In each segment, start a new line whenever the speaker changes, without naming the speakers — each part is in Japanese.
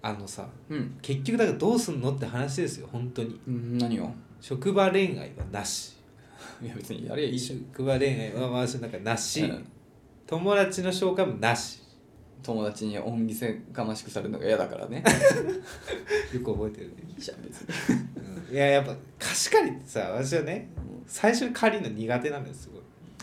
あのさ
うん、
結局だからどうすんのって話ですよ本当に
うん、何を
職場恋愛はなし
いや別にやればいいし
職場恋愛は私なんかなし、
うん
友達の紹介もなし
友達に恩着せがましくされるのが嫌だからね
よく覚えてるね、
いいじゃん別に
うんいややっぱ貸し借りってさ私はね最初に借りるの苦手なんですすごい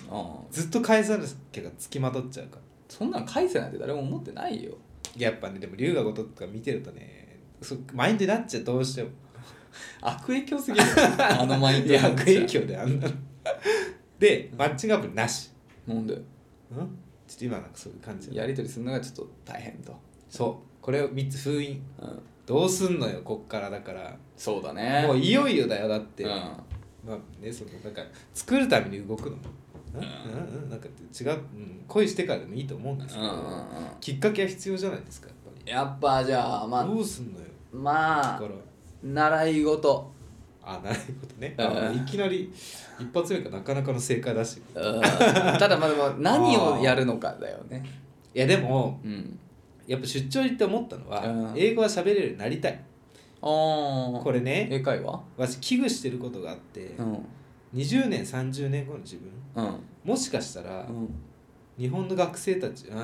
ああ
ずっと返さなきゃがつきまとっちゃうから
そんなん返せなんて誰も思ってないよ
やっぱねでも龍河如くとか見てるとねそうマインドになっちゃうどうしても
悪影響すぎる あのマインドなん
悪
て
影響であんなのでマッチングアプリなし、
なんで
うん、ちょっと今なんかそういう感じだ
やり取りするのがちょっと大変と、
そうこれを3つ封印
うん、
どうすんのよこっからだから
そうだね
もう
いっ
いよいよだよだって、
うん、
まあねそのなんか作るために動くのもうんうんうんなんか違う、うん、恋してからでもいいと思うんですけ
うん
ど、
うんうん
きっかけは必要じゃないですかやっぱり、
やっぱじゃあまあ
どうすんのよだ
まあ
から
習い事
あなるほどね、
うん
あいきなり一発目がなかなかの正解だし
うん ただまあでも何をやるのかだよね
いやでも
うん
やっぱ出張行って思ったのは、
うん
英語は喋れるようになりたい
ああ
これね
英会話
私危惧してることがあって、
うん
20年30年後の自分
うん
もしかしたら
うん
日本の学生たちあ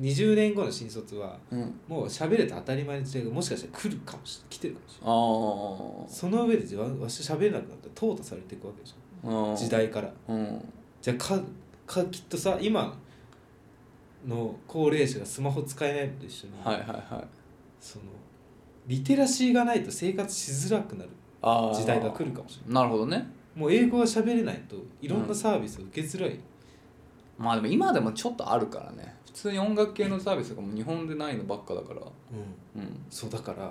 ー20年後の新卒は
うん
もう喋れて当たり前の時代がもしかしたら来るかもしれない来てるかもしれ
ああ
ないその上でわわし喋れなくなったら淘汰されていくわけでし
う
ょ
ん
時代から
うん
じゃあかかきっとさ今の高齢者がスマホ使えないのと一緒に、
はいはいはい
そのリテラシーがないと生活しづらくなる
あー
時代が来るかもしれな
なるほどね
いもう英語が喋れないといろんなサービスを受けづらい、
まあでも今でもちょっとあるからね普通に音楽系のサービスがもう日本でないのばっかだからうん
そうだから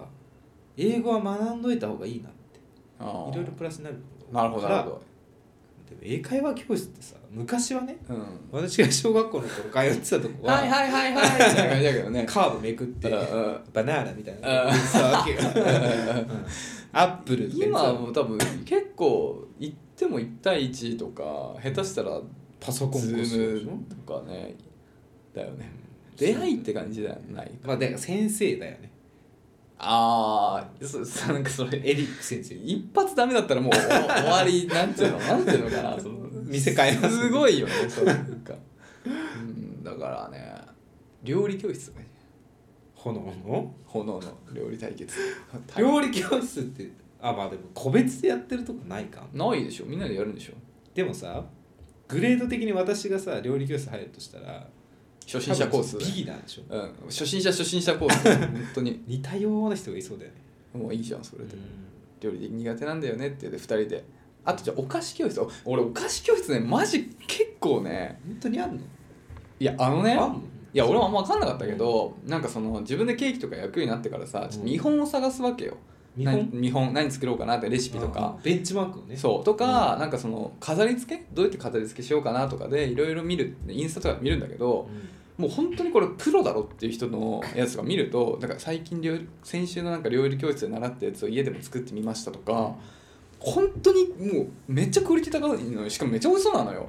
英語は学んどいた方がいいなって
あー
いろいろプラスになる
なるほど
から
なるほ
でも英会話教室ってさ昔はね
どうん
私が小学校の頃通ってたとこは
はいはいはいはいみたいな感じだけどね
カーブめくって
うんうん
バナナみたいな
うん
のさわけようんアップルって
今はもう多分結構行っても1対1とか下手したら
パソコン
ズ
越しでし
ー
ょ
ムとかねだよね出会いって感じじゃない
まあだから先生だよね
ああそそなんかそれ
エリック先生
一発ダメだったらもうお終わりなんていうのなんていうのかなその
店変えます
すごいよねそうなんかうんだからね料理教室ね
炎の
炎の料理対決
料理教室ってあまあでも個別でやってるとこないか
ないでしょみんなでやるんでしょ
でもさグレード的に私がさ料理教室入るとしたら
初心者コース
多分ビギナーでしょ
うん、初心者初心者コース本当に
似たような人がいそうだよね
もういいじゃんそれで、料理苦手なんだよねって言って2人であとじゃあお菓子教室お俺お菓子教室ねマジ結構ね
本当にあんの
いやあのね
あんの
いや俺もあんま分かんなかったけど、なんかその自分でケーキとか焼くようになってからさちょっと見本を探すわけよ、
日本
何見本何作ろうかなってレシピとか
あ、ベンチマークをね
そうとか、なんかその飾り付けどうやって飾り付けしようかなとかでいろいろ見るインスタとか見るんだけど、
うん
もう本当にこれプロだろっていう人のやつとか見るとなんか最近料理先週のなんか料理教室で習ったやつを家でも作ってみましたとか本当にもうめっちゃクオリティ高いのよしかもめっちゃ美味しそうなのよ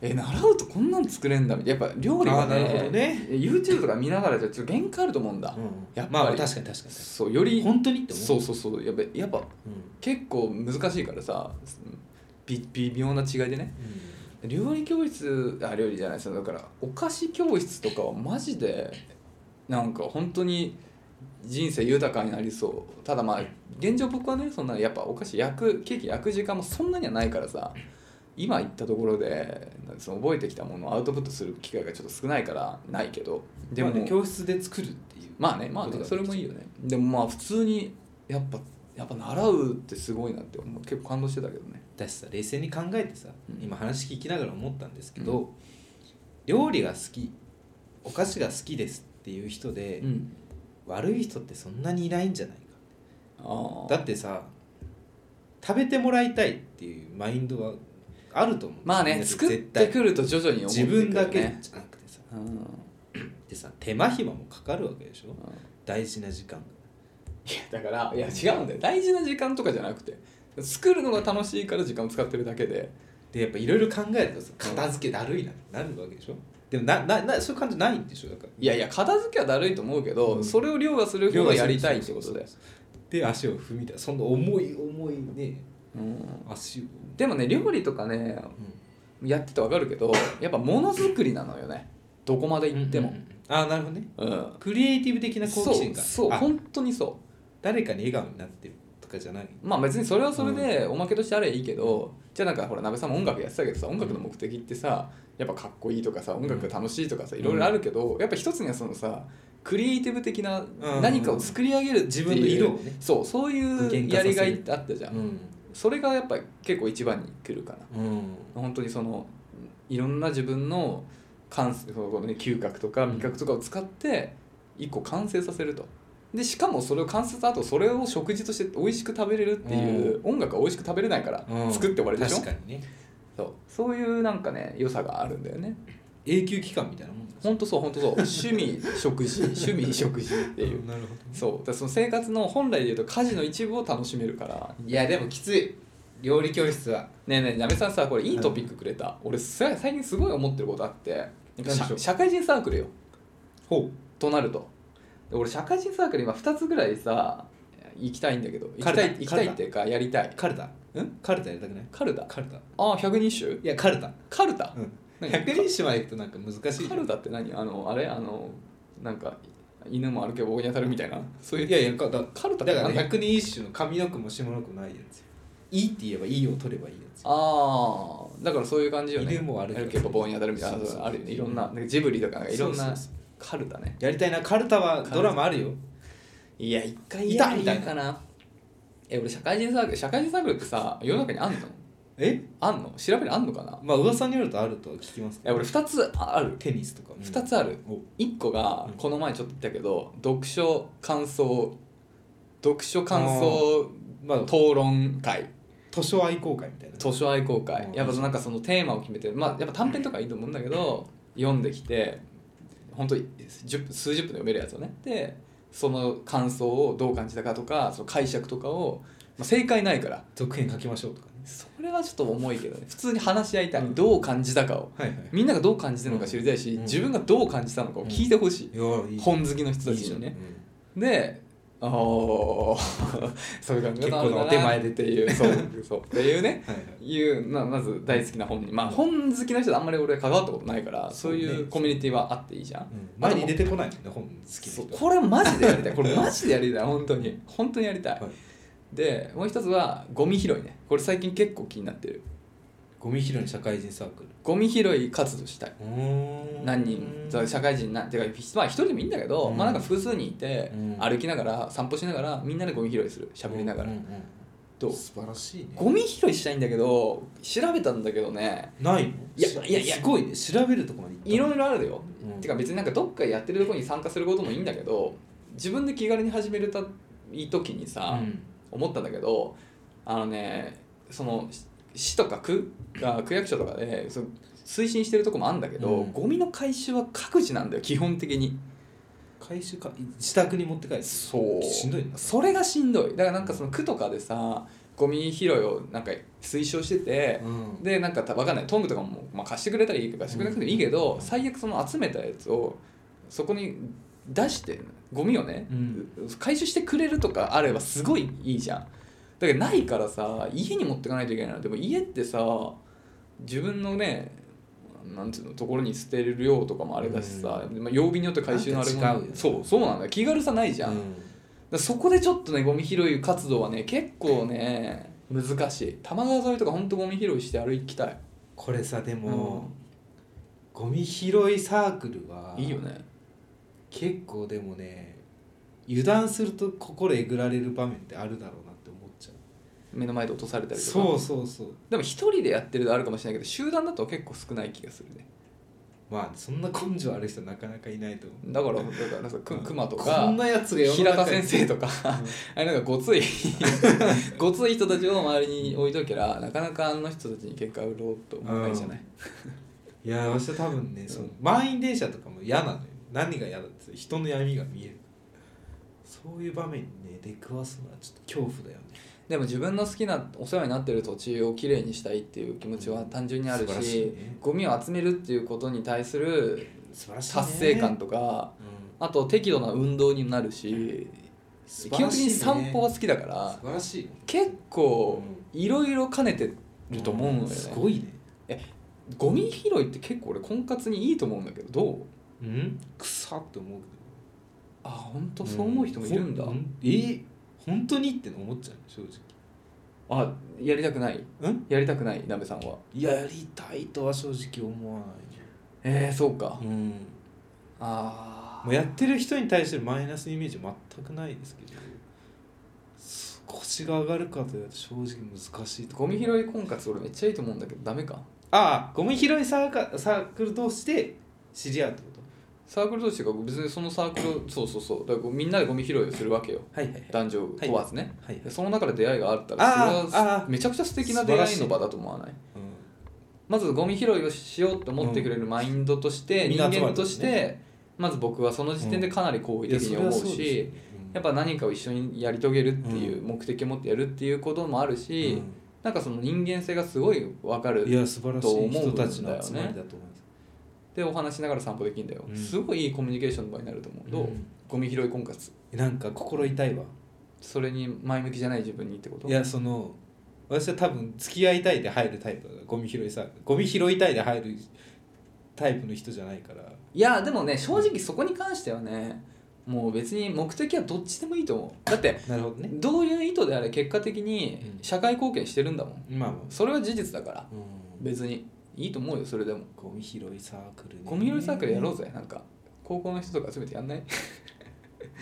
え習うとこんなの作れんだみたいなやっぱ料理
あ
が
ーなるほど
ね
ね
YouTube とか見ながらじゃちょっと限界あると思うんだ、やっぱり
まあ確かに確かに確か
そうよ
に
り
本当にって思う
そうそうそうやっぱやっぱ
うん、
結構難しいからさび微妙な違いでね料理教室あ料理じゃないそのだからお菓子教室とかはマジでなんか本当に人生豊かになりそうただまあ現状僕はねそんなやっぱお菓子焼くケーキ焼く時間もそんなにはないからさ今言ったところでその覚えてきたものをアウトプットする機会がちょっと少ないからないけど
で
でも
も、まあね教室で作るっていう
まあねまあねそれもいいよねでもまあ普通にやっぱやっぱ習うってすごいなって思う結構感動してたけどね
だしさ冷静に考えてさ、
うん
今話聞きながら思ったんですけど、
う
料理が好きお菓子が好きですっていう人で、
ん
悪い人ってそんなにいないんじゃないか
ああ
だってさ食べてもらいたいっていうマインドはあると思うんです
まあ
よ
ね
絶
作
対
ってくると徐々に思って
自
くる、ね、
分だけじゃなくてさ
うん、うん
でさ手間暇もかかるわけでしょ大事な時間が
いやだからいや違うんだよ大事な時間とかじゃなくて作るのが楽しいから時間を使ってるだけで
でやっぱいろいろ考えるとさ片付けだるいなってなるわけでしょでもなななそういう感じないんでしょだから
いやいや片付けはだるいと思うけど、
うん
それを凌駕する方がやりたいってこと
そう
で
そうそうで足を踏みたその重い重いね
うん
足を、
でもね料理とかねやっててわかるけどやっぱものづくりなのよねどこまで行っても、
ああなるほどね
うん
クリエイティブ的な好
そ
奇心
う
が
そう
あ
本当にそう
誰かに笑顔になってるとかじゃない
まあ別にそれはそれでおまけとしてあれいいけど、じゃあなんかほら鍋さんも音楽やってたけどさ音楽の目的ってさやっぱかっこいいとかさ音楽が楽しいとかさ
うん
いろいろあるけど、やっぱ一つにはそのさクリエイティブ的な
うん
何かを作り上げるっていう
自分の色をね
そうそう
具
い
現化
う
させ
や
る
りがいってあったじゃん、それがやっぱ結構一番に来るかな
うん
本当にそのいろんな自分の感性その、ね、嗅覚とか味覚とかを使って一個完成させるとでしかもそれを完成した後それを食事として美味しく食べれるっていう、音楽は美味しく食べれないから、
うん
作って終わりでしょ
確かにね
そうそういうなんかね良さがあるんだよね
永久期間みたいなもん
ほんとそうほん とそう趣味食事趣味食事っていう、
なるほど
そうだからその生活の本来でいうと家事の一部を楽しめるから
いやでもきつい料理教室は
ねえねえなべさんさこれいいトピックくれた、俺さ最近すごい思ってることあってなんか
何でしょ
社
う
社会人サークルよ
ほ
となるとで俺社会人サークル今2つぐらいさ行きたいんだけど行き
カル
た
ダ
い行きたいっていうかやりたいう
カルタ
ん
カルタやりたくない
カルダ
カルタい
ああ百人種
やカルタ
カルダ、
うん
何
百人一首まで行くとなんか難しい
カルダって何あのあれあのなんか犬も歩けば棒に当たるみたいなそういう
いやいやカルタ
カルタ
だ
っ
か
て
ら
何
百人一首の上の句も下の句もないやつよいいって言えばいいを取ればいいやつよ
ああだからそういう感じよね
犬も歩けば
歩けば棒に当たるみたいな
そうそうそう
あるよねいろんななんかジブリとかなんかいろん
そ
な
うそう
カルダね
やりたいなカルタはドラマあるよ
いや、一回
い
や
た
たみ
み
た
た
い
い
な
な
かな。え、俺、社会人サークル、社会人サークルってさ、世の中にあんの
え
あんの調べるあんのかな
まあ噂によるとあるとは聞きますけ
え、
ど
俺、二つある。
テニスとかも
二つある。
お
一個が
うん、
この前ちょっと言ったけど、読書感想、読書感想
まあ
討論会、
図書愛好会みたいな
図書愛好会
う。ん
やっぱなんかそのテーマを決めて、まあ、やっぱ短編とかいいと思うんだけど、読んできて、本当に10分数十分で読めるやつをね。で、その感想をどう感じたかとか、その解釈とかを、まあ、正解ないから、
続編書きましょうとかね
それはちょっと重いけどね普通に話し合いたい、
うん
どう感じたかを
はいはい
みんながどう感じてるのか知りたいし、
うん
自分がどう感じたのかを聞いてほしい、
いやいい
本好きの人たちにねでああ そういう感じ
結構なお手前で
っていう そうそうっていうね
はいはい
いうまあまず大好きな本にまあ本好きの人とあんまり俺関わったことないからそうい
そう
う
ね
コミュニティはあっていいじゃん、
うん前に出てこないもんね本好き
そ
な
う
人
これマジでやりたいこれマジでやりたい本当に本当にやりたい、
はい
でもう一つはゴミ拾いねこれ最近結構気になってる
ゴミ拾いの社会人サークル
ゴミ拾い活動したいう
ーん
何人そう社会人なてかひまあ一人でもいいんだけど、
うん
まあなんか複数人いて、
うん
歩きながら散歩しながらみんなでゴミ拾いする喋りながら、
うんうんうん
どう
素晴らしいね
ゴミ拾いしたいんだけど調べたんだけどね
ないの
いやいやいや
すごいね調べるとこまで行った
いろいろあるよ、
うん
てか別になんかどっかやってるとこに参加することもいいんだけど自分で気軽に始めれたいい時にさ、
うん
思ったんだけどあのねそのし市とか区が区役所とかでその推進してるとこもあるんだけど、
うん
ゴミの回収は各自なんだよ基本的に
回収か自宅に持って帰る
そう
しんどいな
それがしんどいだからなんかその区とかでさゴミ拾いをなんか推奨してて、
うん
でなんかたわかんないトングとかも、まあ、貸してくれたらいいけど貸してくれなくてもいいけど、
うん
最悪その集めたやつをそこに出してゴミをね、
うん
回収してくれるとかあればすごいいいじゃんだけどないからさ家に持ってかないといけないのでも家ってさ自分のねなんていうのところに捨てる量とかもあれだしさ、まあ、曜日によって回収のあれも
なんか違うよね
そうそうなんだよ気軽さないじゃん、
うん
だからそこでちょっとねゴミ拾い活動はね結構ね難しい多摩川沿いとかほんとゴミ拾いして歩きたい
これさで
う
も
ん
ゴミ拾いサークルはい
いよね
結構でもね油断すると心えぐられる場面ってあるだろうなって思っちゃう
目の前で落とされたりとか
そうそうそう
でも一人でやってるとあるかもしれないけど集団だと結構少ない気がするね
まあそんな根性ある人なかなかいないと思う
だからだからなんかく熊と
こ
か
んなやつが世の
平田
中に
先生とかあれなんかごつい ごつい人たちを周りに置いとけらなかなかあの人たちに結果売ろうと思わないじゃない、
いや私は多分ねその満員電車とかも嫌なのよ何が嫌だって人の闇が見えるそういう場面にね出くわすのはちょっと恐怖だよね
でも自分の好きなお世話になってる土地をきれいにしたいっていう気持ちは単純にある
素晴ら
し
しいね
ゴミを集めるっていうことに対する
素晴らしい、ね、
達成感とか、あと適度な運動になるし
素
基
晴
本
ら
的
しい
に
ね
散歩が好きだか
うん、
ら
素晴らしい
結構いろいろ兼ねてると思うのよね、
すごいね
ゴミ拾いって結構俺婚活にいいと思うんだけどどう
うん草って思うけど
あ本当そう思う人もいるんだ、
うえー本当にって思っちゃう正直
あやりたくない
うん
やりたくない鍋さんは
やりたいとは正直思わない
えー、そうか、
うん
あ
もうやってる人に対してマイナスのイメージ全くないですけど腰が上がるかというと正直難しいとこ
ゴミ拾い婚活俺めっちゃいいと思うんだけどダメか
ああゴミ拾いサーカサークル同士で知り合うってこ
サークル同士が別にそのサーク ルをそうそうそうだからこうみんなでゴミ拾いをするわけよ
とはいはいはい
男女問わずね、
はいはい
でその中で出会いがあった
あ
ら
ー
それ
あ
は
ー
めちゃくちゃ素敵な出会いの場だと思わないまずゴミ拾いをしようと思ってくれるマインドとし
う
て、
ん
人
みんな集ま
間
ると
と
ね
してまず僕はその時点でかなり好
うん
意的に思う
いやそれはそう
し、
ですようん
やっぱ何かを一緒にやり遂げるっていうう目的を持ってやるっていうこともあるし、
うん
なんかその人間性がすごい分かる
いや素晴らし
と思
い
うんだ
人たち
よね
の集まりだと思います
でお話しながら散歩できるんだよ、
うん
すごいいいコミュニケーションの場になると思う、どう
うん
ゴミ拾い婚活
なんか心痛いわ
それに前向きじゃない自分にってこと
いやその私は多分付き合いたいで入るタイプだからゴミ拾いさゴミ拾いたいで入るタイプの人じゃないから
いやでもね正直そこに関してはねもう別に目的はどっちでもいいと思うだって
なるほどね
どういう意図であれ結果的に
うん
社会貢献してるんだもん
まあまあ
それは事実だから
うん
別にいいと思うよそれでも
ゴミ拾いサークルね
ゴミ拾いサークルやろうぜなんか高校の人とか集めてやんない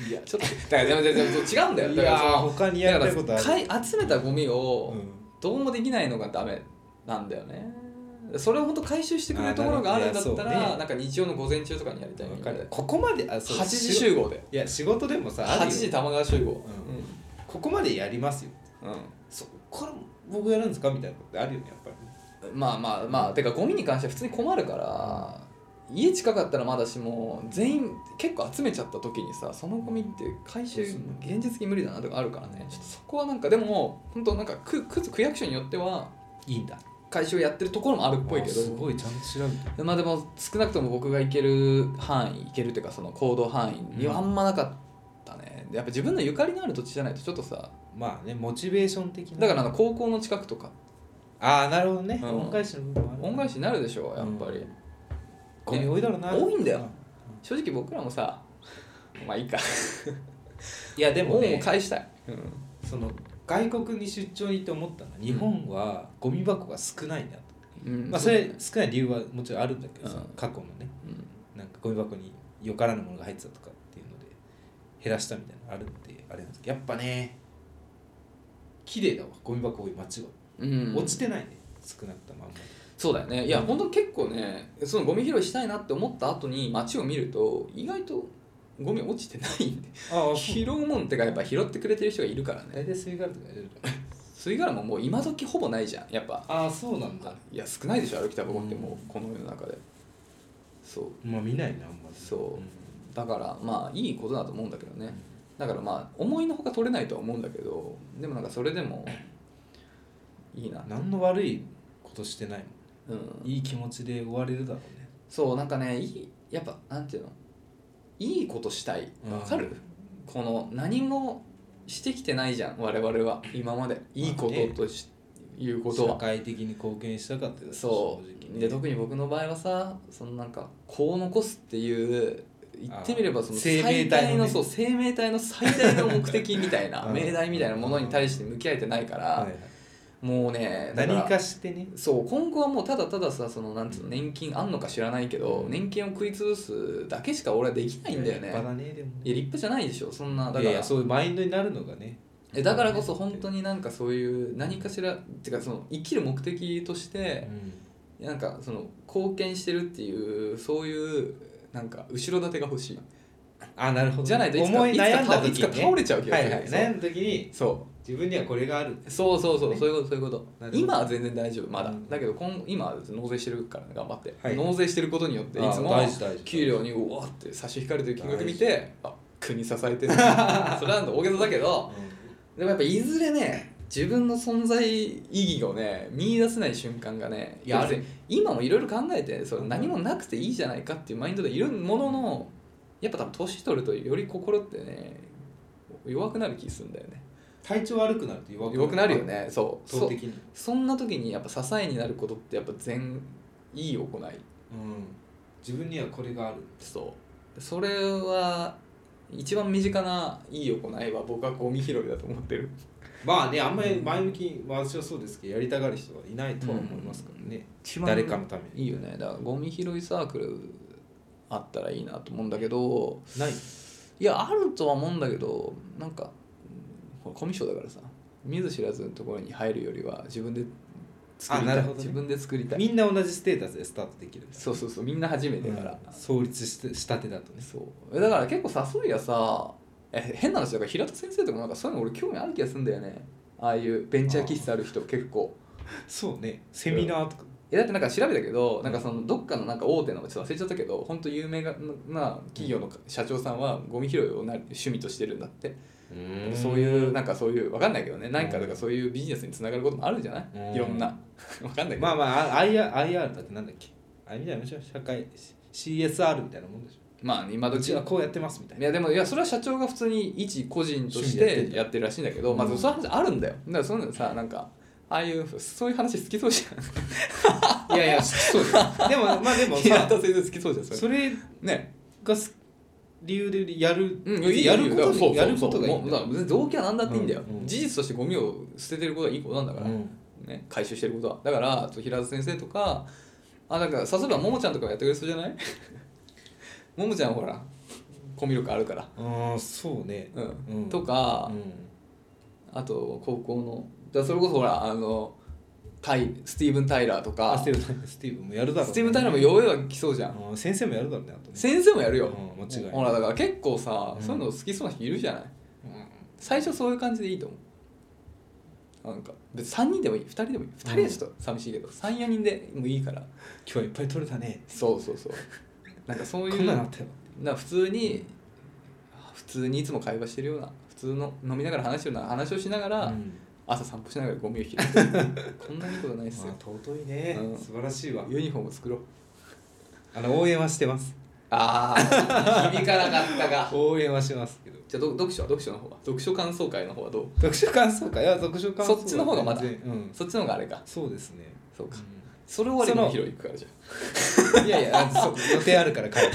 いやちょっとだからでもでもでも違うんだよ
い
だから
やー
その
他にやりたいことあ
だ
る
からかい集めたゴミを
うん
どうもできないのがダメなんだよねそれを本当回収してくれるところがあるんだった
あーなるほどいやそう
ら
ね
なんか日曜の午前中とかにやりたい
わ
み
か
たい
る
な
ここまであそう
8時集合で
いや仕事でもさある
8
よ
時玉川集合
ここまでやりますよ
うん、
そこれ僕やるんですかみたいなことってあるよねやっぱり
うんまあまあまあてかゴミに関しては普通に困るから家近かったらまだしも全員結構集めちゃった時にさそのゴミって回収
そうそう
現実的に無理だなとかあるからねちょっとそこはなんかでも本当なんか区区区役所によってはい
いんだ
回収やってるところもあるっぽいけど
あすごいちゃんと調べてる
まあでも少なくとも僕が行ける範囲行けるっていうかその行動範囲にはあんまなかったね、でやっぱ自分のゆかりのある土地じゃないとちょっとさ
まあねモチベーション的な
だからあの高校の近くとか
ああなるほどね、
うん
恩返しの部分もある
恩返しになるでしょやっぱり、
うんゴミ多いだろうな、
ね多いんだよ正直僕らもさまあいいか
いやでも
恩を
ね
返したい、うん、
その外国に出張に行って思ったのは日本はゴミ箱が少ないなと、
うん
まあそれ少ない理由はもちろんあるんだけどさ、
うん
過去のね
うん
なんかゴミ箱によからぬものが入ってたとかっていうので減らしたみたいなのあるんであれなんですけどやっぱね綺麗だわゴミ箱多い街は、
うん、
落ちてないね少なくともあんまり
そうだよねいや、
うん
本当結構ねそのゴミ拾いしたいなって思った後に街を見ると意外とゴミ落ちてないんで
あ
拾うもんってかやっぱ拾ってくれてる人がいるからね
大体吸い殻とか入れるから
吸い殻ももう今時ほぼないじゃんやっぱ
ああそうなんだ
いや少ないでしょ歩きタバコって
う
も
ん
うこの世の中でそう
まあ見ないねあんまり
そう
うん
だからまあいいことだと思うんだけどねだからまあ思いのほか取れないとは思うんだけどでもなんかそれでもいいな
何の悪いことしてないも
うんん
いい気持ちで終われるだろうね
そうなんかねいいやっぱなんていうのいいことしたい
うん
わかる、この何もしてきてないじゃん我々は今までいいこととし、いうこと
社
は
会的に貢献したかったよ
そうで
ね
特に僕の場合はさそのなんか子を残すっていう言ってみればその
あー生命
最
体のね
大のそう生命体の最大の目的みたい な
うん
命題みたいなものに対して向き合えてないから、
はいはい
もうねだ
何
ら
かしてね
そう今後はもうただたださそのなんつうの年金あんのか知らないけど、
うん
年金を食い潰すだけしか俺はできないんだよね
立派だねでもね
いや立派じゃないでしょそんなだから
いやいやそういうマインドになるのがね
えだからこそ本当になんかそういう何かしらっていうかその生きる目的として、なんかその貢献してるっていうそういうなんか後ろ盾が欲しい
あなるほど
じゃないといつか
思い悩んだ
い
時
つか
に
倒いつか倒
ね
れちゃう気が
は
す
い
る、
はい悩んだ時に
そ
自分にはこれがある
うそうそうそうそういうことそういうこと
なるほど
今は全然大丈夫まだ、
うん
だけど今今は納税してるからね頑張って、
はい
納税してることによっていつも
あ大事大事
給料にうわーって差し引かれてる金額見 てあ国支えてるそれは大げさだけどでもやっぱいずれね自分の存在意義をね見出せない瞬間がね
いや
別
あ
に
る
今もいろいろ考えてそれ
うん
何もなくていいじゃないかっていうマインドでいるもののやっぱ多分年取るとより心ってね弱くなる気するんだよね
体調悪くなると弱く
弱くなるよねそう
圧倒
そ
的に
そんな時にやっぱ支えになることってやっぱ全いい行い
うん自分にはこれがある
そうそれは一番身近ないい行いは僕はゴミ拾いだと思ってる
まあねあんまり前向きに私はそうですけどやりたがる人はいないとは思いますからね、誰かのために
いいよねだからゴミ拾いサークルあったらいいなと思うんだけど
ない
いやあるとは思うんだけどなんかうんこれコミュ障だからさ見ず知らずのところに入るよりは自分で作り
あな
た、
いるほどね
自分で作りたい
みんな同じステータスでスタートできる
そうそうそうみんな初めて
だ
だ
か
か
らら、創立してしたてだとね
そうだから結構サソリはさえ変な話だから平田先生とかなんかそういうの俺興味ある気がするんだよねああいうベンチャー気質ある人結構
そうねセミナーとか、
えだってなんか調べたけどなんかそのどっかのなんか大手のちょっと忘れちゃったけど本当有名なな企業の社長さんはゴミ拾いをな趣味としてるんだってそういうなんかそういうわかんないけどね何かとかそういうビジネスにつながることもあるんじゃな
うん
いいろんな わかんないけど
まあまああ IR, IR だってなんだっけあれみたいなもんでしょ社会 CSR みたいなもんでしょ
まあ今ど
う
っ
ち
ち
はこうやってますみたい
い
な
やでもいやそれは社長が普通に一個人とし
趣味でやってん
て
だ
やってるらしいんだけどまあ
うん
そういう話あるんだよだからそういうのさなんかああいうそういう話好きそうじ ゃん
いやいやそうですでもまあで も
平
さ
田先生好きそうじゃんそれ
それ
ね
がす理由でやる、
うん
やるこ
だから
と
そうそう
にやることがいい
も
ん
う
だ
だから別に動機は何だっていいんだよ、
うんうん
事実としてゴミを捨ててることはいいことなんだから、
うん
ね、回収してることはだからちょっと平田先生とかあなんかさすがももちゃんとかやってくれそうじゃない ももちゃんほらコミュ力あるから、
ああそうね
うん
うん
とか、
う
あと高校のだからそれこそほらあのタイスティーブン・タイラーと
ん、あ
か
スティーブ ン・タイラースティーブンもやるだろうね、
スティーブン・タイラーもようやく来そうじゃん、
うん先生もやるだろうねあとね
先生もやるよ、
うん間違いない
ほらだから結構さ、
うん
そういうの好きそうな人いるじゃない
うん
最初そういう感じでいいと思うなんか別に3人でもいい2人でもいい2人はちょっと寂しいけど、34人でもいいから
今日はいっぱい取れたね
そうそうそう なんかそう
こ
い
ん
う
な
な
のあ
ん
ったよ
か普通に普通にいつも会話してるような普通の飲みながら話してるような話をしながら、
うん
朝散歩しながらゴミを拾 うこんないいことないっす
ま
よ
あ、尊いね、
うん
素晴らしいわ
ユニフォーム作ろう
あの応援はしてます
ああ 響かなかったが
応援はしますけど
じゃあど読書は読書の方は読書感想会の方はどう
読書感想会いや読書感想会
そっちの方がまだ
全然うん、
そっちの方があれか
そうですね
そうか、
う
それ終わり
その
に拾い行くからじゃあ
んいやいやあそう予定あるから帰る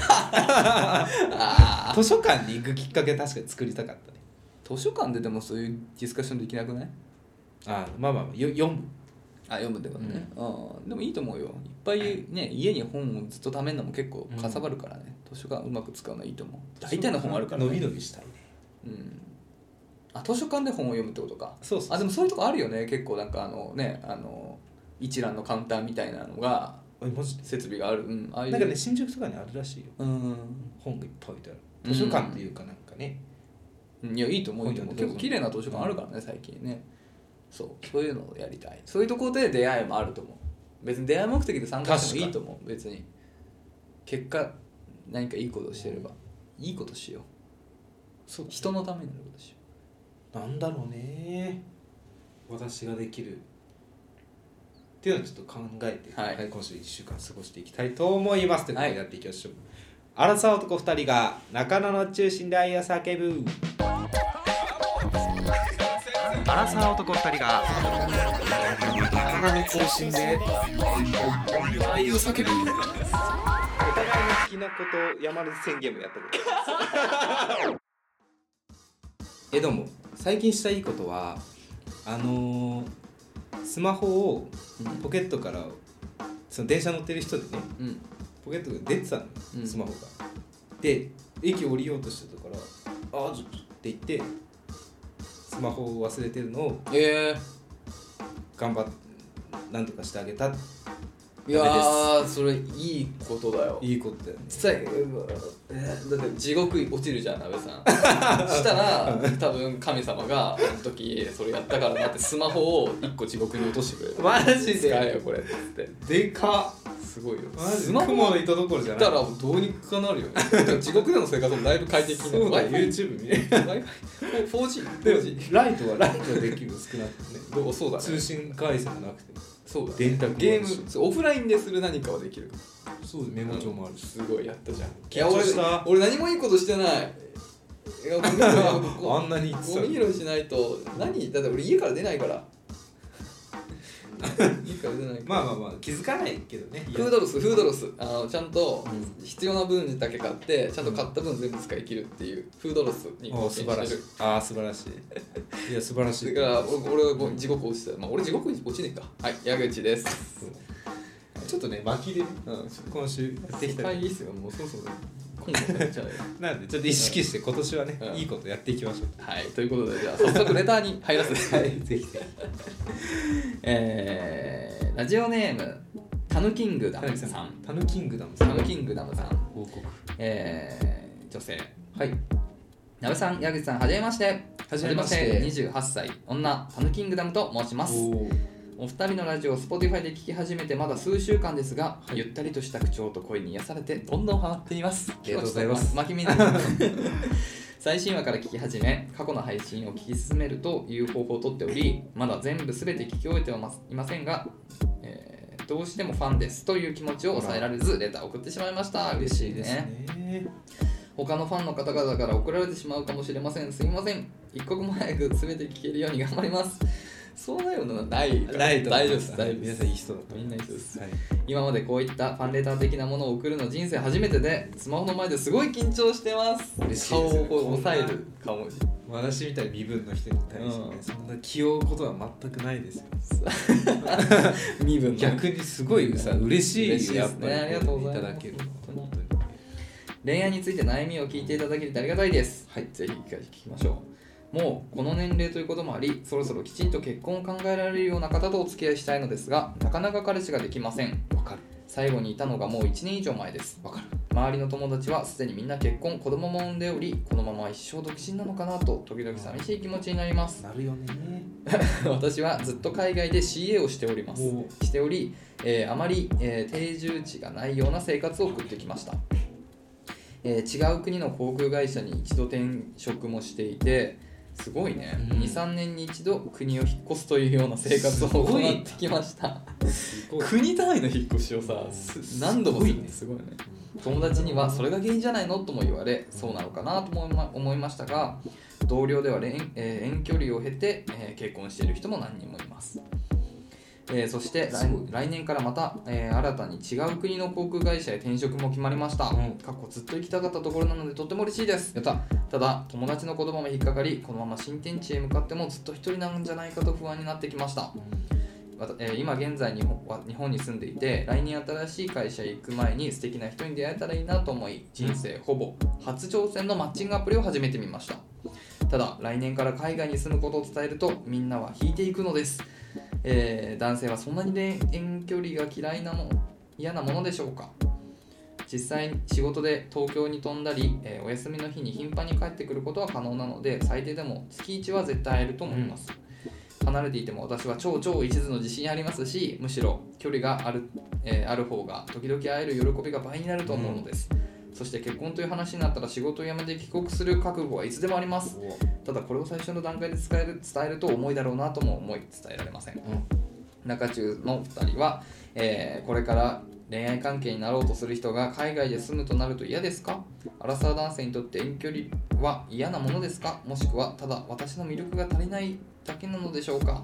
図書館に行くきっかけ確かに作りたかったね
図書館ででもそういうディスカッションできなくない
あまあまあまあよ読む
あ読むってことね、うん、でもいいと思うよいっぱいね家に本をずっとためるのも結構かさばるからね、図書館うまく使うのはいいと思う大体の本あるから、ね、
伸び伸びしたいね
うんあ図書館で本を読むってことか
そうそう
あでもそういうとこあるよね結構なんかあのねあの一覧のカウンターみたいなのが
おいマジ
設備がある、うん、ああい
で
う
なんかね新宿とかにあるらしいよ
うん
本がいっぱい置いてある図書館っていうかなんかね、
いやいいと思うよ
本読んで
結構綺麗な図書館あるからね最近ねそうそういうのをやりたいそういうとこで出会いもあると思う別に出会い目的で参加してもいいと思う別に結果何かいいことをしてればいいことしよう
そう
人のためになることしよ
なんだろうね私ができるっていうのをちょっと考えて、
はい
今週1週間過ごしていきたいと思いますということ
は
で
い
やっていきましょう、荒沢男2人が中野の中心で愛を叫ぶ荒沢男2人が中野の中心で愛を叫ぶお互いの好きなことを山根宣言もやったことえどうも最近したいいことはあのースマホをポケットからその電車乗ってる人でね
ううん
ポケットが出てたのよ
うん
スマホが、で駅降りようとしてたから「ああちょっと」って言ってスマホを忘れてるのを
え
頑張ってなんとかしてあげた
ー、いやーそれいいことだよ
いいことだよね
実際、えーだって地獄に落ちるじゃん、鍋さん。 したら、多分神様が、あの時、それやったからなって、スマホを一個地獄に落としてくれる。
マジ
使えよ、これっつって。
でかっ
すごいよ。
マジ
ス
で
マホ
雲の糸どころじ
だ
ゃ
っ
ない
た ら、どうにかなるよね。地獄での生活もだいぶ快適に
そう
な
だ
る。
YouTube 見れる
Wi-Fi 4G4G
でライトはライトは電気分少なくてね
どうそうだね
通信回線もなくて
そうだね
電卓もあるし
ゲームそうオフラインでする何かはできる
そうメモ帳もあるし、
すごいやったじゃんい
緊張した
や俺俺何もいいことしてないい や
あんなに言ってた
ゴ
の
ミ
に
拾いしないと何だって俺家から出ないから家から出ないから
まあまあまあ気づかないけどね
フードロスフードロスあのちゃんと
うん
必要な分だけ買ってちゃんと買った分全部使い切るっていうフードロスに
お素晴らしいああ素晴らしい いや素晴らしい
だからお俺はご地獄落ちてた、まあ、俺地獄に落ちねえかはい矢口です
ちょっとね巻きでね
うん
今週やっていきた
会
い
議室がもうそろそろ今度になっちゃうよ
なんでちょっと意識して今年はね、
うん
いいことやっていきましょう
はいということでじゃあ早速レターに入らせて
はいぜひぜ
えー、ラジオネームタヌキングダムさん
タヌキングダム
タ
さん
ヌキングダムさん
報告
えー、女性
はい
なべさん矢口さんはじめまして
はじめまして
はじ28歳女タヌキングダムと申します
おー
お二人のラジオを Spotify で聞き始めてまだ数週間ですが、ゆったりとした口調と声に癒されてどんどんハマっていますあ
りがとうございます
巻き耳です最新話から聞き始め過去の配信を聞き進めるという方法をとっておりまだ全部全て聞き終えてはいませんが、えーどうしてもファンですという気持ちを抑えられずレターを送ってしまいました
嬉しいですね
他のファンの方々から怒られてしまうかもしれませんすみません一刻も早く全て聞けるように頑張りますそうなるのはないから
ないと思い
大丈夫
ま
です大丈夫で
皆
す
さんいい人だと思い
みんないい
ま
人です
はい
今までこういったファンレター的なものを送るの人生初めてでスマホの前ですごい緊張してます
嬉しいですね
顔をこう抑える顔文字
私みたいに身分の人に対してね、
うん
そんな気負うことは全くないですよ
身分の
逆にすごいさ嬉しいよ
嬉しいで
やっ
す
ぱ
ね
り
ありがとうございます
ただけるのは
本
本
当
当に
恋愛について悩みを聞いていただけてありがたいですはいぜひ一回聞きましょうもうこの年齢ということもありそろそろきちんと結婚を考えられるような方とお付き合いしたいのですがなかなか彼氏ができません
わかる
最後にいたのがもう1年以上前です
わかる
周りの友達はすでにみんな結婚子供も産んでおりこのまま一生独身なのかなと時々寂しい気持ちになります
なるよね
私はずっと海外で CA をしております
お
しており、えーあまり、えー定住地がないような生活を送ってきました、えー違う国の航空会社に一度転職もしていてすごいね、
うん
23年に一度国を引っ越すというような生活を
すごい
行ってきました
すごい
国単位の引っ越しをさす何度もす
す
る
ごいね
すごいね友達にはそれが原因じゃないのとも言われそうなのかなとも思いま思いましたが同僚では恋、えー遠距離を経て、えー結婚している人も何人もいます、えーそして来
すごい
来年からまた、えー新たに違う国の航空会社へ転職も決まりました、
うん
過去ずっと行きたかったところなのでとても嬉しいです
やった
ただ友達の言葉も引っかかりこのまま新天地へ向かってもずっと一人なんじゃないかと不安になってきましたわたえー今現在日本は日本に住んでいて来年新しい会社へ行く前に素敵な人に出会えたらいいなと思い人生ほぼ初挑戦のマッチングアプリを始めてみましたただ来年から海外に住むことを伝えるとみんなは引いていくのです、えー男性はそんなに恋遠距離が嫌いなも嫌なものでしょうか実際に仕事で東京に飛んだり、えーお休みの日に頻繁に帰ってくることは可能なので最低でも月1は絶対会えると思います、離れていても私は超超一途の自信ありますしむしろ距離がある,、えーある方が時々会える喜びが倍になると思うのです、そして結婚という話になったら仕事を辞めて帰国する覚悟はいつでもありますただこれを最初の段階で使える伝えると重いだろうなとも思い伝えられません中中の2人は、えーこれから恋愛関係になろうとする人が海外で住むとなると嫌ですかアラサー男性にとって遠距離は嫌なものですかもしくはただ私の魅力が足りないだけなのでしょうか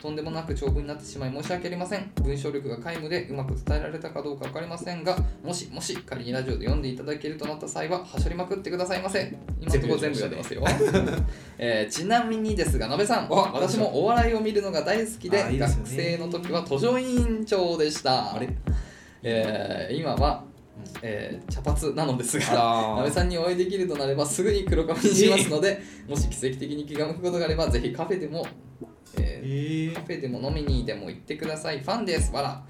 とんでもなく長文になってしまい申し訳ありません文章力が皆無でうまく伝えられたかどうか分かりませんがもしもし仮にラジオで読んでいただけるとなった際ははしょりまくってくださいませ今のところ全部読んでますよ、 えーちなみにですがなべさん
お
私もお笑いを見るのが大好きで
あいいですね
学生の時は図書委員長でした
あれ
えー今は、えー茶髪なのですが
あ
なべさんにお会いできるとなればすぐに黒髪にしますので、もし奇跡的に気が向くことがあればぜひカフェでも、えー
え
カフェでも飲みにでも行ってくださいファンですわら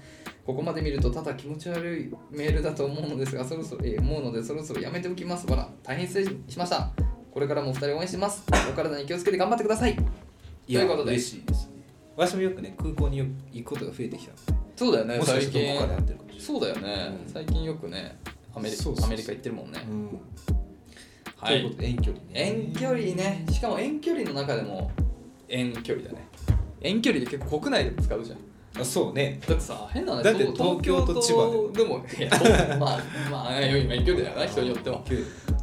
ここまで見るとただ気持ち悪いメールだと思うのですがそろそろ、えー思うのでそろそろやめておきますわら大変失礼しましたこれからもお二人応援してますお体に気をつけて頑張ってください
いや
ということで
嬉しいですね私もよくね空港によく行くことが増えてきた
そうだよ
もしかしてどこかで会ってるかもし
そうだよね
うん
最近よくねアメリ
そうそうそう
アメリカ行ってるもんね、
れないうんということで遠距離ね
遠距離ねしかも遠距離の中でも遠距離だね遠距離で結構国内でも使うじゃん
あそうね
だってさ変な話
だって
東
東京と千葉
でもいやそうまあまあ今遠距離だ よな人によって
遠
は
距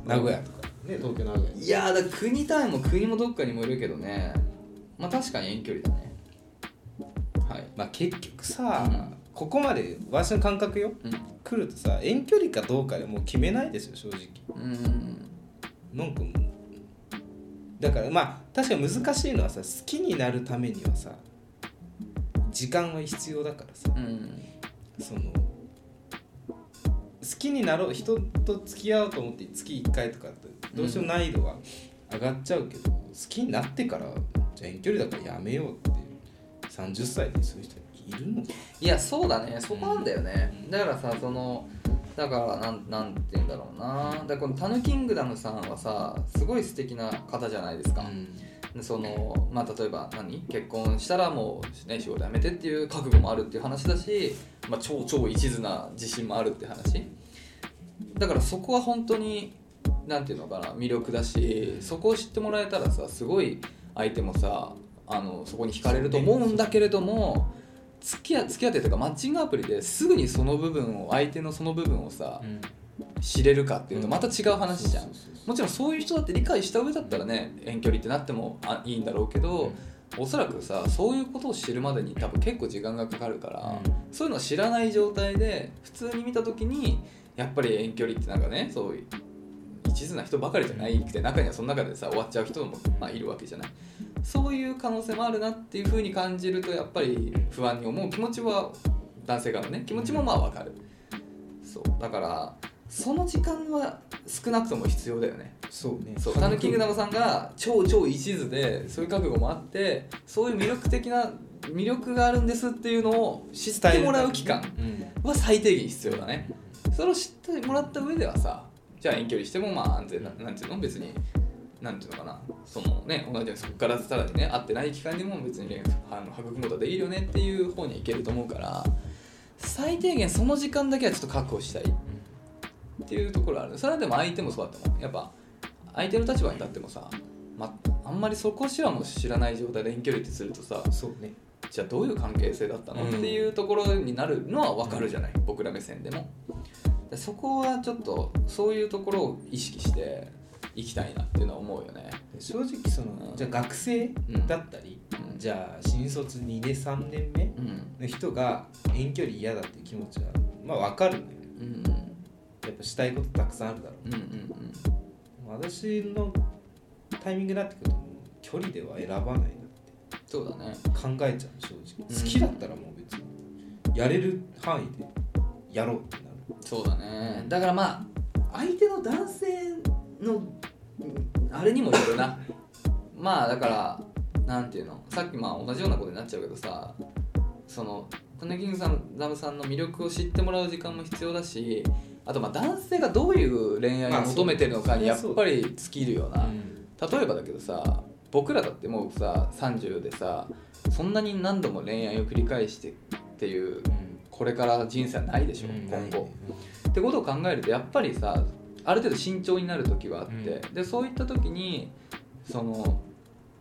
離名古屋とかね東京名古屋
いやーだから国単位も国もどっかにもいるけどねまあ確かに遠距離だねはい
まあ結局さ、
うん
ここまで私の感覚よ
う
来るとさ遠距離かどうかでもう決めないですよ正直
んうん
なんかもうだからまあ確かに難しいのはさ好きになるためにはさ時間は必要だからさ
うん
その好きになろう人と付き合おうと思って月1回とかだとどうしても難易度は上がっちゃうけど、好きになってからじゃあ遠距離だからやめようって30歳でそういう人いるのか
いやそうだねそこなんだよね、だからさそのだからなんなんて言うんだろうなだからこのタヌキングダムさんはさすごい素敵な方じゃないですか、でそのまあ例えば何結婚したらもう、ね、仕事辞めてっていう覚悟もあるっていう話だし、まあ、超超一途な自信もあるって話だからそこは本当になんていうのかな魅力だしそこを知ってもらえたらさすごい相手もさあのそこに惹かれると思うんだけれども付き合付き合ってというかマッチングアプリですぐにその部分を相手のその部分をさ
うん
知れるかっていうとまた違う話じゃん
そうそうそうそう
もちろんそういう人だって理解した上だったらね遠距離ってなってもあいいんだろうけど、おそらくさそういうことを知るまでに多分結構時間がかかるから、
う
そういうのを知らない状態で普通に見た時にやっぱり遠距離ってなんかねそういう一途な人ばかりじゃないって中にはその中でさ終わっちゃう人も、まあ、いるわけじゃないそういう可能性もあるなっていうふうに感じるとやっぱり不安に思う気持ちは男性からのね気持ちもまあわかるそうだからその時間は少なくとも必要だよね
そうね
そうタヌキングダムさんが超超一途でそういう覚悟もあってそういう魅力的な魅力があるんですっていうのを知ってもらう期間は最低限必要だねそれを知ってもらった上ではさじゃあ遠距離してもまあ安全ななんていうの別になんていうのかなそのね同じようにそこからさらにね会ってない期間でも別に恋愛あの育むことでいいよねっていう方にはいけると思うから最低限その時間だけはちょっと確保したいっていうところあるそれはでも相手もそうだったもんやっぱ相手の立場に立ってもさ、ま、あんまりそこすらも知らない状態で遠距離ってするとさ
そうね
じゃあどういう関係性だったの、
うん
っていうところになるのは分かるじゃない、僕ら目線でもでそこはちょっとそういうところを意識していきたいなっていうのは思うよね
正直その、
うん
じゃあ学生
うん
だったり、
うん
じゃあ新卒2年3年目
うん
の人が遠距離嫌だっていう気持ちはまあ分かるのよ
うんうん
やっぱしたいことたくさんあるだろ
うんうん
う私のタイミングになってくるともう距離では選ばないなって
そうだね
考えちゃう正直
うん
好きだったらもう別にやれる範囲でやろうってなる
そうだねだからまあ相手の男性のあれにもよるな まあだからなんていうのさっきまあ同じようなことになっちゃうけどさそのタネキングさんダムさんの魅力を知ってもらう時間も必要だしあとまあ男性がどういう恋愛を求めてるのかに
ま
や
あ
っ
そう
ぱり尽きるよな、
うん
例えばだけどさ僕らだってもうさ30でさそんなに何度も恋愛を繰り返してっていうこれから人生はないでしょ、今後。ってことを考えるとやっぱりさある程度慎重になる時はあって、
う
でそういった時にその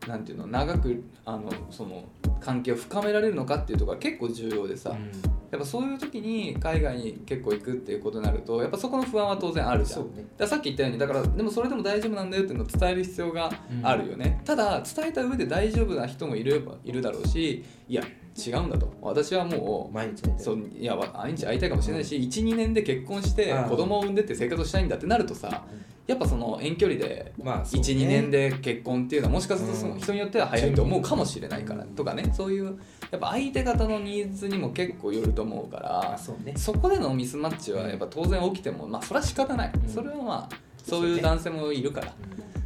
なんていうの長くあのその関係を深められるのかっていうところが結構重要でさ、
うん
やっぱそういう時に海外に結構行くっていうことになるとやっぱそこの不安は当然あるじゃん。
そうね
だからさっき言ったようにだからでもそれでも大丈夫なんだよっていうのを伝える必要があるよね、ただ伝えた上で大丈夫な人もいればいるだろうしいや違うんだと私はもう
毎日ね
そういやわ毎日会いたいかもしれないし12年で結婚して
ああ
子供を産んでって生活をしたいんだってなるとさやっぱその遠距離で
まあそうね
12、年で結婚っていうのはもしかするとその
うん
人によっては早いと思うかもしれないから
うん
とかねそういうやっぱ相手方のニーズにも結構よると思うから
あそうね
そこでのミスマッチはやっぱ当然起きてもまあそれは仕方ない
うん
それはまあそういう男性もいるから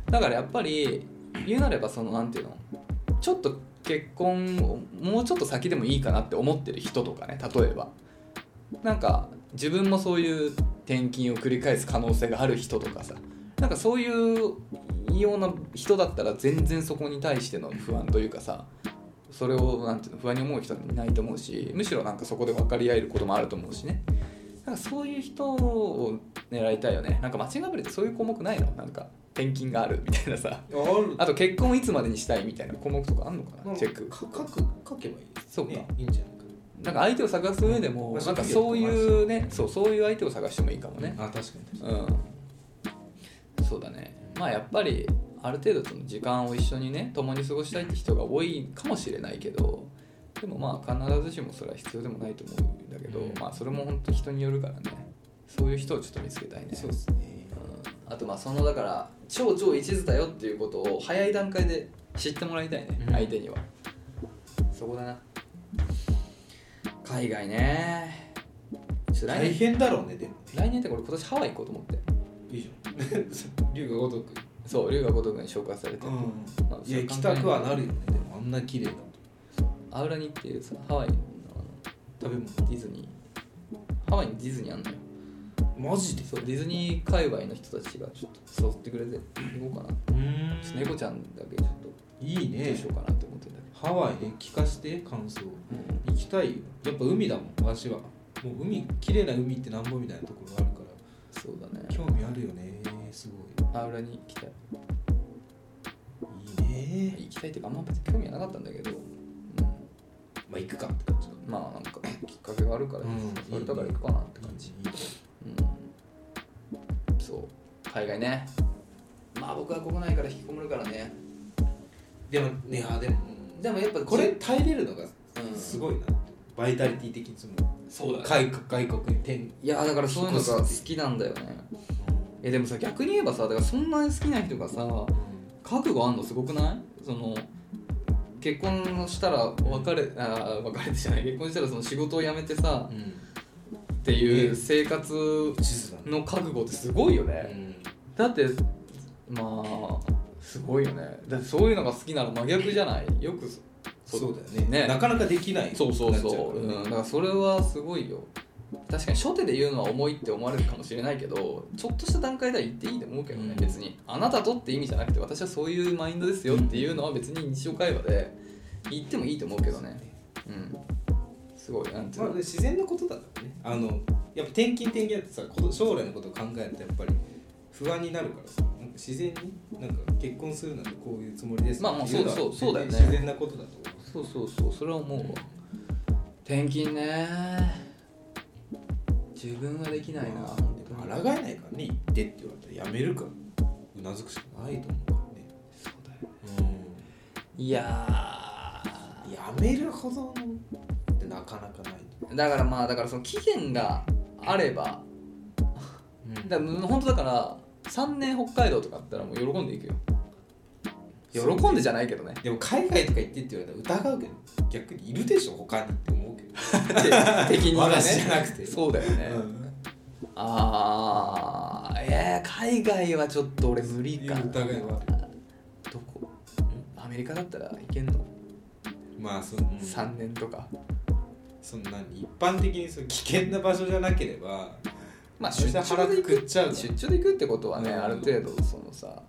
だからやっぱり言うなればそのなんていうのちょっと結婚をもうちょっと先でもいいかなって思ってる人とかね例えばなんか自分もそういう転勤を繰り返す可能性がある人とかさなんかそういうような人だったら全然そこに対しての不安というかさそれをなんていうの不安に思う人はいないと思うしむしろなんかそこで分かり合えることもあると思うしねなんかそういう人を狙いたいよねなんかマッチングアプリってそういう項目ないのなんか転勤があるみたいなさ
ある
あと結婚いつまでにしたいみたいな項目とかあんのかなチェック
か書く書けばいいですね
そうか
いいんじゃないか
なんか相手を探す上でも
まあ
なんかそういうねそうそういう相手を探してもいいかもね
なあ確かに確か
うんそうだねまあやっぱりある程度その時間を一緒にね共に過ごしたいって人が多いかもしれないけどでもまあ必ずしもそれは必要でもないと思うんだけど、
うん
まあそれも本当人によるからねそういう人をちょっと見つけたいね
にそうですね
うんあとまあそのだから超超一途だよっていうことを早い段階で知ってもらいたいね、
うん
相手にはそこだな海外ねちょっと来
大
年
変だろうねでも
来年ってこれ今年ハワイ行こうと思って
いいじゃん龍が如く
そう龍が如くに紹介されて、まあ
いや行きたくはなるよねでもあんな綺麗だと
アウラニっていうさハワイの
食べ物
あのディズニーハワイにディズニーあんのよ
マジで
そうディズニー界隈の人たちがちょっと誘ってくれて行こうかな
うーん
ちょっと猫ちゃんだけちょっと
いい
どう
ね
しようかなって思ってんだ
ハワイね聞かせて感想
けど、
行きたいよやっぱ海だもんわしはもう海綺麗な海ってなんぼみたいなところがあるか
そうだね
ら興味あるよねすご
アウラに行きたい
いいいね
行きたいっていうかあんま別に興味はなかったんだけど、うん
まあ行くかって感じだ
まあなんかきっかけがあるから、
うん
それだから行くかなって感じ、うん、そう海外ねまあ僕は国内から引きこもるからね
でもねあでも
でもやっぱ
これ耐えれるのが
うん
すごいな、バイタリティ的にいつも
そうだ
外
ね
国外国に転
いやだからそういうのが好きなんだよねえでもさ逆に言えばさだからそんなに好きな人がさ覚悟あんのすごくないその結婚したら別れあー別れてじゃない結婚したらその仕事を辞めてさ、
うん
っていう生活
地図だね
の覚悟ってすごいよ
う
ね、
ん
だってまあすごいよねだってそういうのが好きなら真逆じゃないよくそ
そうだよね
ね
なかなかできない
そうそう
な
そう、
っちゃ
うん、
う
だ
か
から
ね
らそれはすごいよ確かに初手で言うのは重いって思われるかもしれないけどちょっとした段階では言っていいと思うけどね、
うん
別にあなたとって意味じゃなくて私はそういうマインドですよっていうのは別に日常会話で言ってもいいと思うけどねうんすごいなんてい
ま
う
あ、
の、
自然なことだからねあのやっぱ転勤転勤やってさこと将来のことを考えるとやっぱり不安になるからさなんか自然になんか結婚するなんてこういうつもりです
まあまあ
っていのは
そうそうそうだよね
自然なことだと思う
そうそうそうそれは思うわ転勤ね自分はできないな
まあ
本
で
当
も
に
抗えないからね行ってって言われたらやめるかうなずくしかないと思うからね
そうだよ
う
いや
んやめるほどのってなかなかないと
ーだからまあだからその期限があれば
思う
だから本当だから3年北海道とかあったらもう喜んでいくよ
そう
喜んでじゃないけ どね
でも海外とか行ってって言われたら疑うけど逆にいるでしょ他にって思うけど
敵にはね
私じゃなくて
そうだよね、ああえー、海外はちょっと俺無理かな
疑いは
どこアメリカだったらいけんの、
まあそ,、うん、
3年とか
そんなに一般的にそう危険な場所じゃなければ
まあ
そ
出
したら
張で行
腹く
く
っちゃうから
出張で行くってことはね、
うん
ある程度そのさ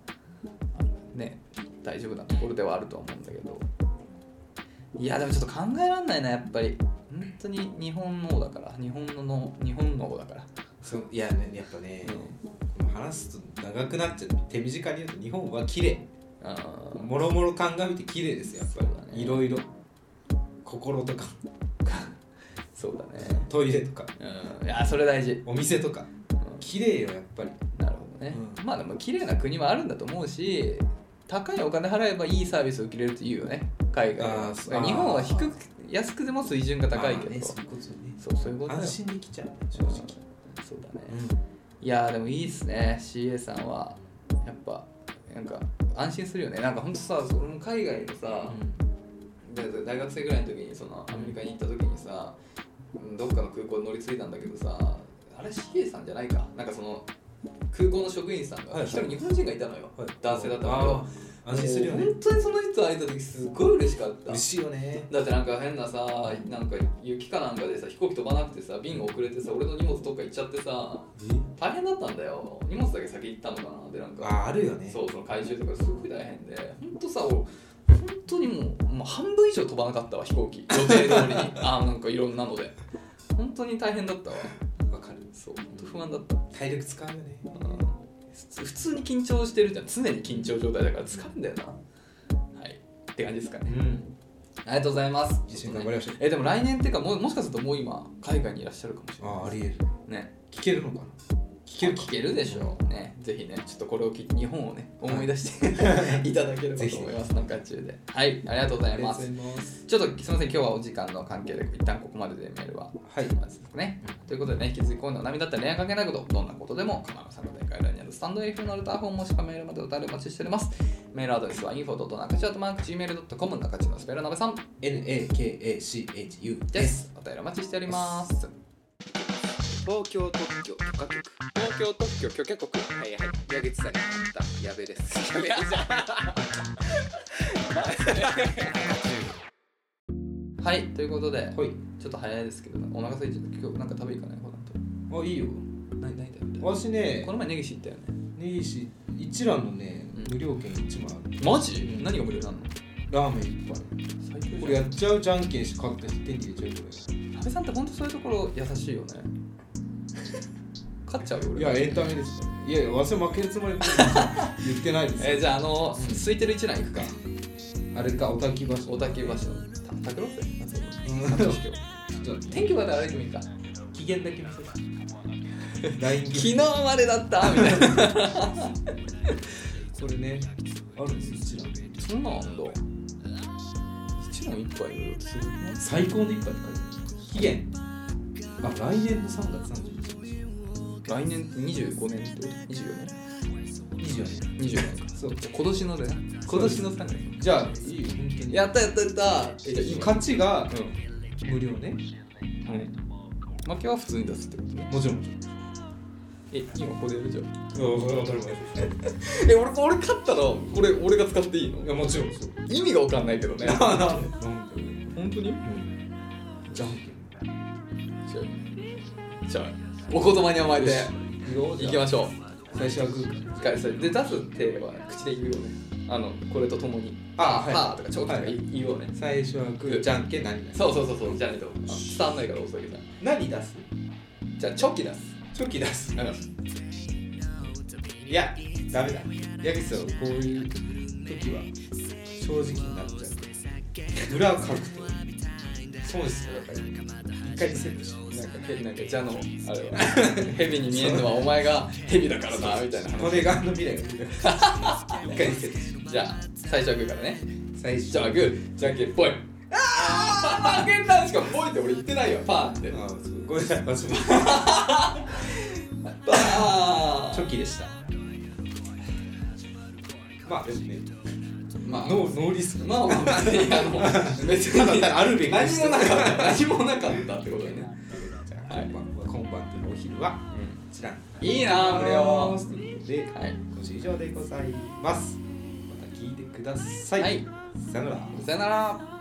ね大丈夫なところではあるとは思うんだけどいやでもちょっと考えられないなやっぱり本当に日本脳だから日本の脳日本脳だから、
そういやねやっぱね、話すと長くなっちゃう手短に言うと日本は綺麗
あー
もろもろ鑑みて綺麗ですよやっぱ
そうだね
りいろいろ心とか
そうだね
トイレとか
うんいやそれ大事、
お店とか
うん
綺麗よやっぱり
なるほどね、
うん
まあでも綺麗な国はあるんだと思うし高いお金払えばいいサービスを受けれるというよね海外
あ
は
ーそう
日本は低く安くでも水準が高いけど、
まあねそういうことね
そうそういうことだよ
安心できちゃう正
正
直
直、そうだね、いやーでもいいっすね CA さんはやっぱなんか安心するよねなんかほんとさその海外のさ、で大学生ぐらいの時にそのアメリカに行った時にさどっかの空港に乗り継いだんだけどさあれ CA さんじゃないかなんかその空港の職員さん
はい
が
はい
一人日本人がいたのよ、
はい
男性だったんだけど
あー安心するよね
もう本当にその人会えた時すっごい嬉しかった
嬉しいよね
だってなんか変なさなんか雪かなんかでさ飛行機飛ばなくてさ便が遅れてさ俺の荷物どっか行っちゃってさ大変だったんだよ荷物だけ先行ったのかなでなんか
ああるよね
そうその回収とかすごい大変でほんとさ俺本当にもう、もう半分以上飛ばなかったわ飛行機予定通りにあーなんかいろんなので本当に大変だったわ
わかる
不安だった、
体力使うよね
うん普通に緊張してるじゃん常に緊張状態だから疲るんだよなはいって感じですか
う
ね
ん
ありがとうございます
一緒に頑張りましょう
えでも来年っていうかもうもしかするともう今海外にいらっしゃるかもしれない
ああありえる
ね
聞けるのかな聞けるか
聞けるでしょうねぜひねちょっとこれを聞いて日本を ね思い出して、 い、ただければと思いますなんか中ではいありがとうございます
ます
ちょっとすみません今日はお時間の関係で一旦ここまででメールは
はい
まずですねということでね引き続き今度は波だったら恋愛関係ないことどんなことでもかなさんの展開欄にあるスタンド F のルターフォームもしかメールまでお便りお待ちしておりますメールアドレスは info.nakachi.gmail.com 中地のスペルナベさん
NAKACHU
で
です
すお便りお待ちしております東京特許許可局東京特許許可局はいはい矢口さんにったやべですやべじゃん はいということで、
はい
ちょっと早いですけどお腹空いちゃった今日なんか食べ行かない方だ
あいいよ
とないないだよみたい
私ね
なこの前ネギシ行ったよね
根岸一蘭のね
うん
無料券一枚ある
マジ何が無料なの
ラーメン一杯
最高
これやっちゃうじゃんけんして買った人手に入れちゃうこ
安倍さんって本当そういうところ優しいよね勝っちゃうよ
れ
俺
いやエンタメですからいやいや私負けるつもり 言ってないです
えーじゃああの
うん
空いてる一覧行くか
あれかおたき場所
大竹橋のた拓郎って
ちょっと
天気まで歩いてもいいか昨
期限だけ見せて LINE ゲ
日までだったみたいな
これねあるんです一蘭
そんなんあんだ一問一杯無料ってすごいね
最高の一杯って書いてある期限あ来年の3月31日
来年25年って24
24年
年24年か
そう
じゃあ今年のね今年の3年
じゃあいいよ本当に
やったやったやったえじゃあ今
勝ちが
う
無料ね
ん、負けは普通に出すってことね
もちろんもち
え今ここでやるじゃん
ろんそれは当たり前
え俺俺勝ったのこれ俺が使っていいの
いやもちろんそう
意味が分かんないけどね
なんかね
本当に
じゃんけ
じゃあじゃあお言葉に甘えて
ん行こうじゃ
い
あ
きましょう
最初はグー
一回それで出す手は口で言うよねあのこれとともに
あはい
パーとかチョキとか
はい
言うよね
最初はグ
グー
ーじゃんけん何出す
そうそうそうそうじゃないとあ伝わんないから遅いけど
何出す
じゃあチョキ出す
チョキ出す
うん
いやダメだ矢口さんはこういう時は正直になっちゃう裏を書くと損するから一回リセットし
なんか変なんかじゃのあれは 蛇に見えるのはお前が蛇だからなみたいな話
これがあの未来が来る一回リセットし
じゃあ最初はグーからね
最初
じゃあグーじゃんけんぽいああ負けたしかもぽいって俺言ってないよパーって
あそうごめんなさい私も
パー
チョキでしたまあですね
まあ
ノーノーリスク
まあまあまあいやもう別
ただ
に
ただあるべき
何もなかった何もなかったってことだよね
じゃあ
はい
今晩は今晩というかお昼はこちら
いいなあ無料
ということで
はい
今週以上でございますまた聞いてください、
はい
さよなら
さよなら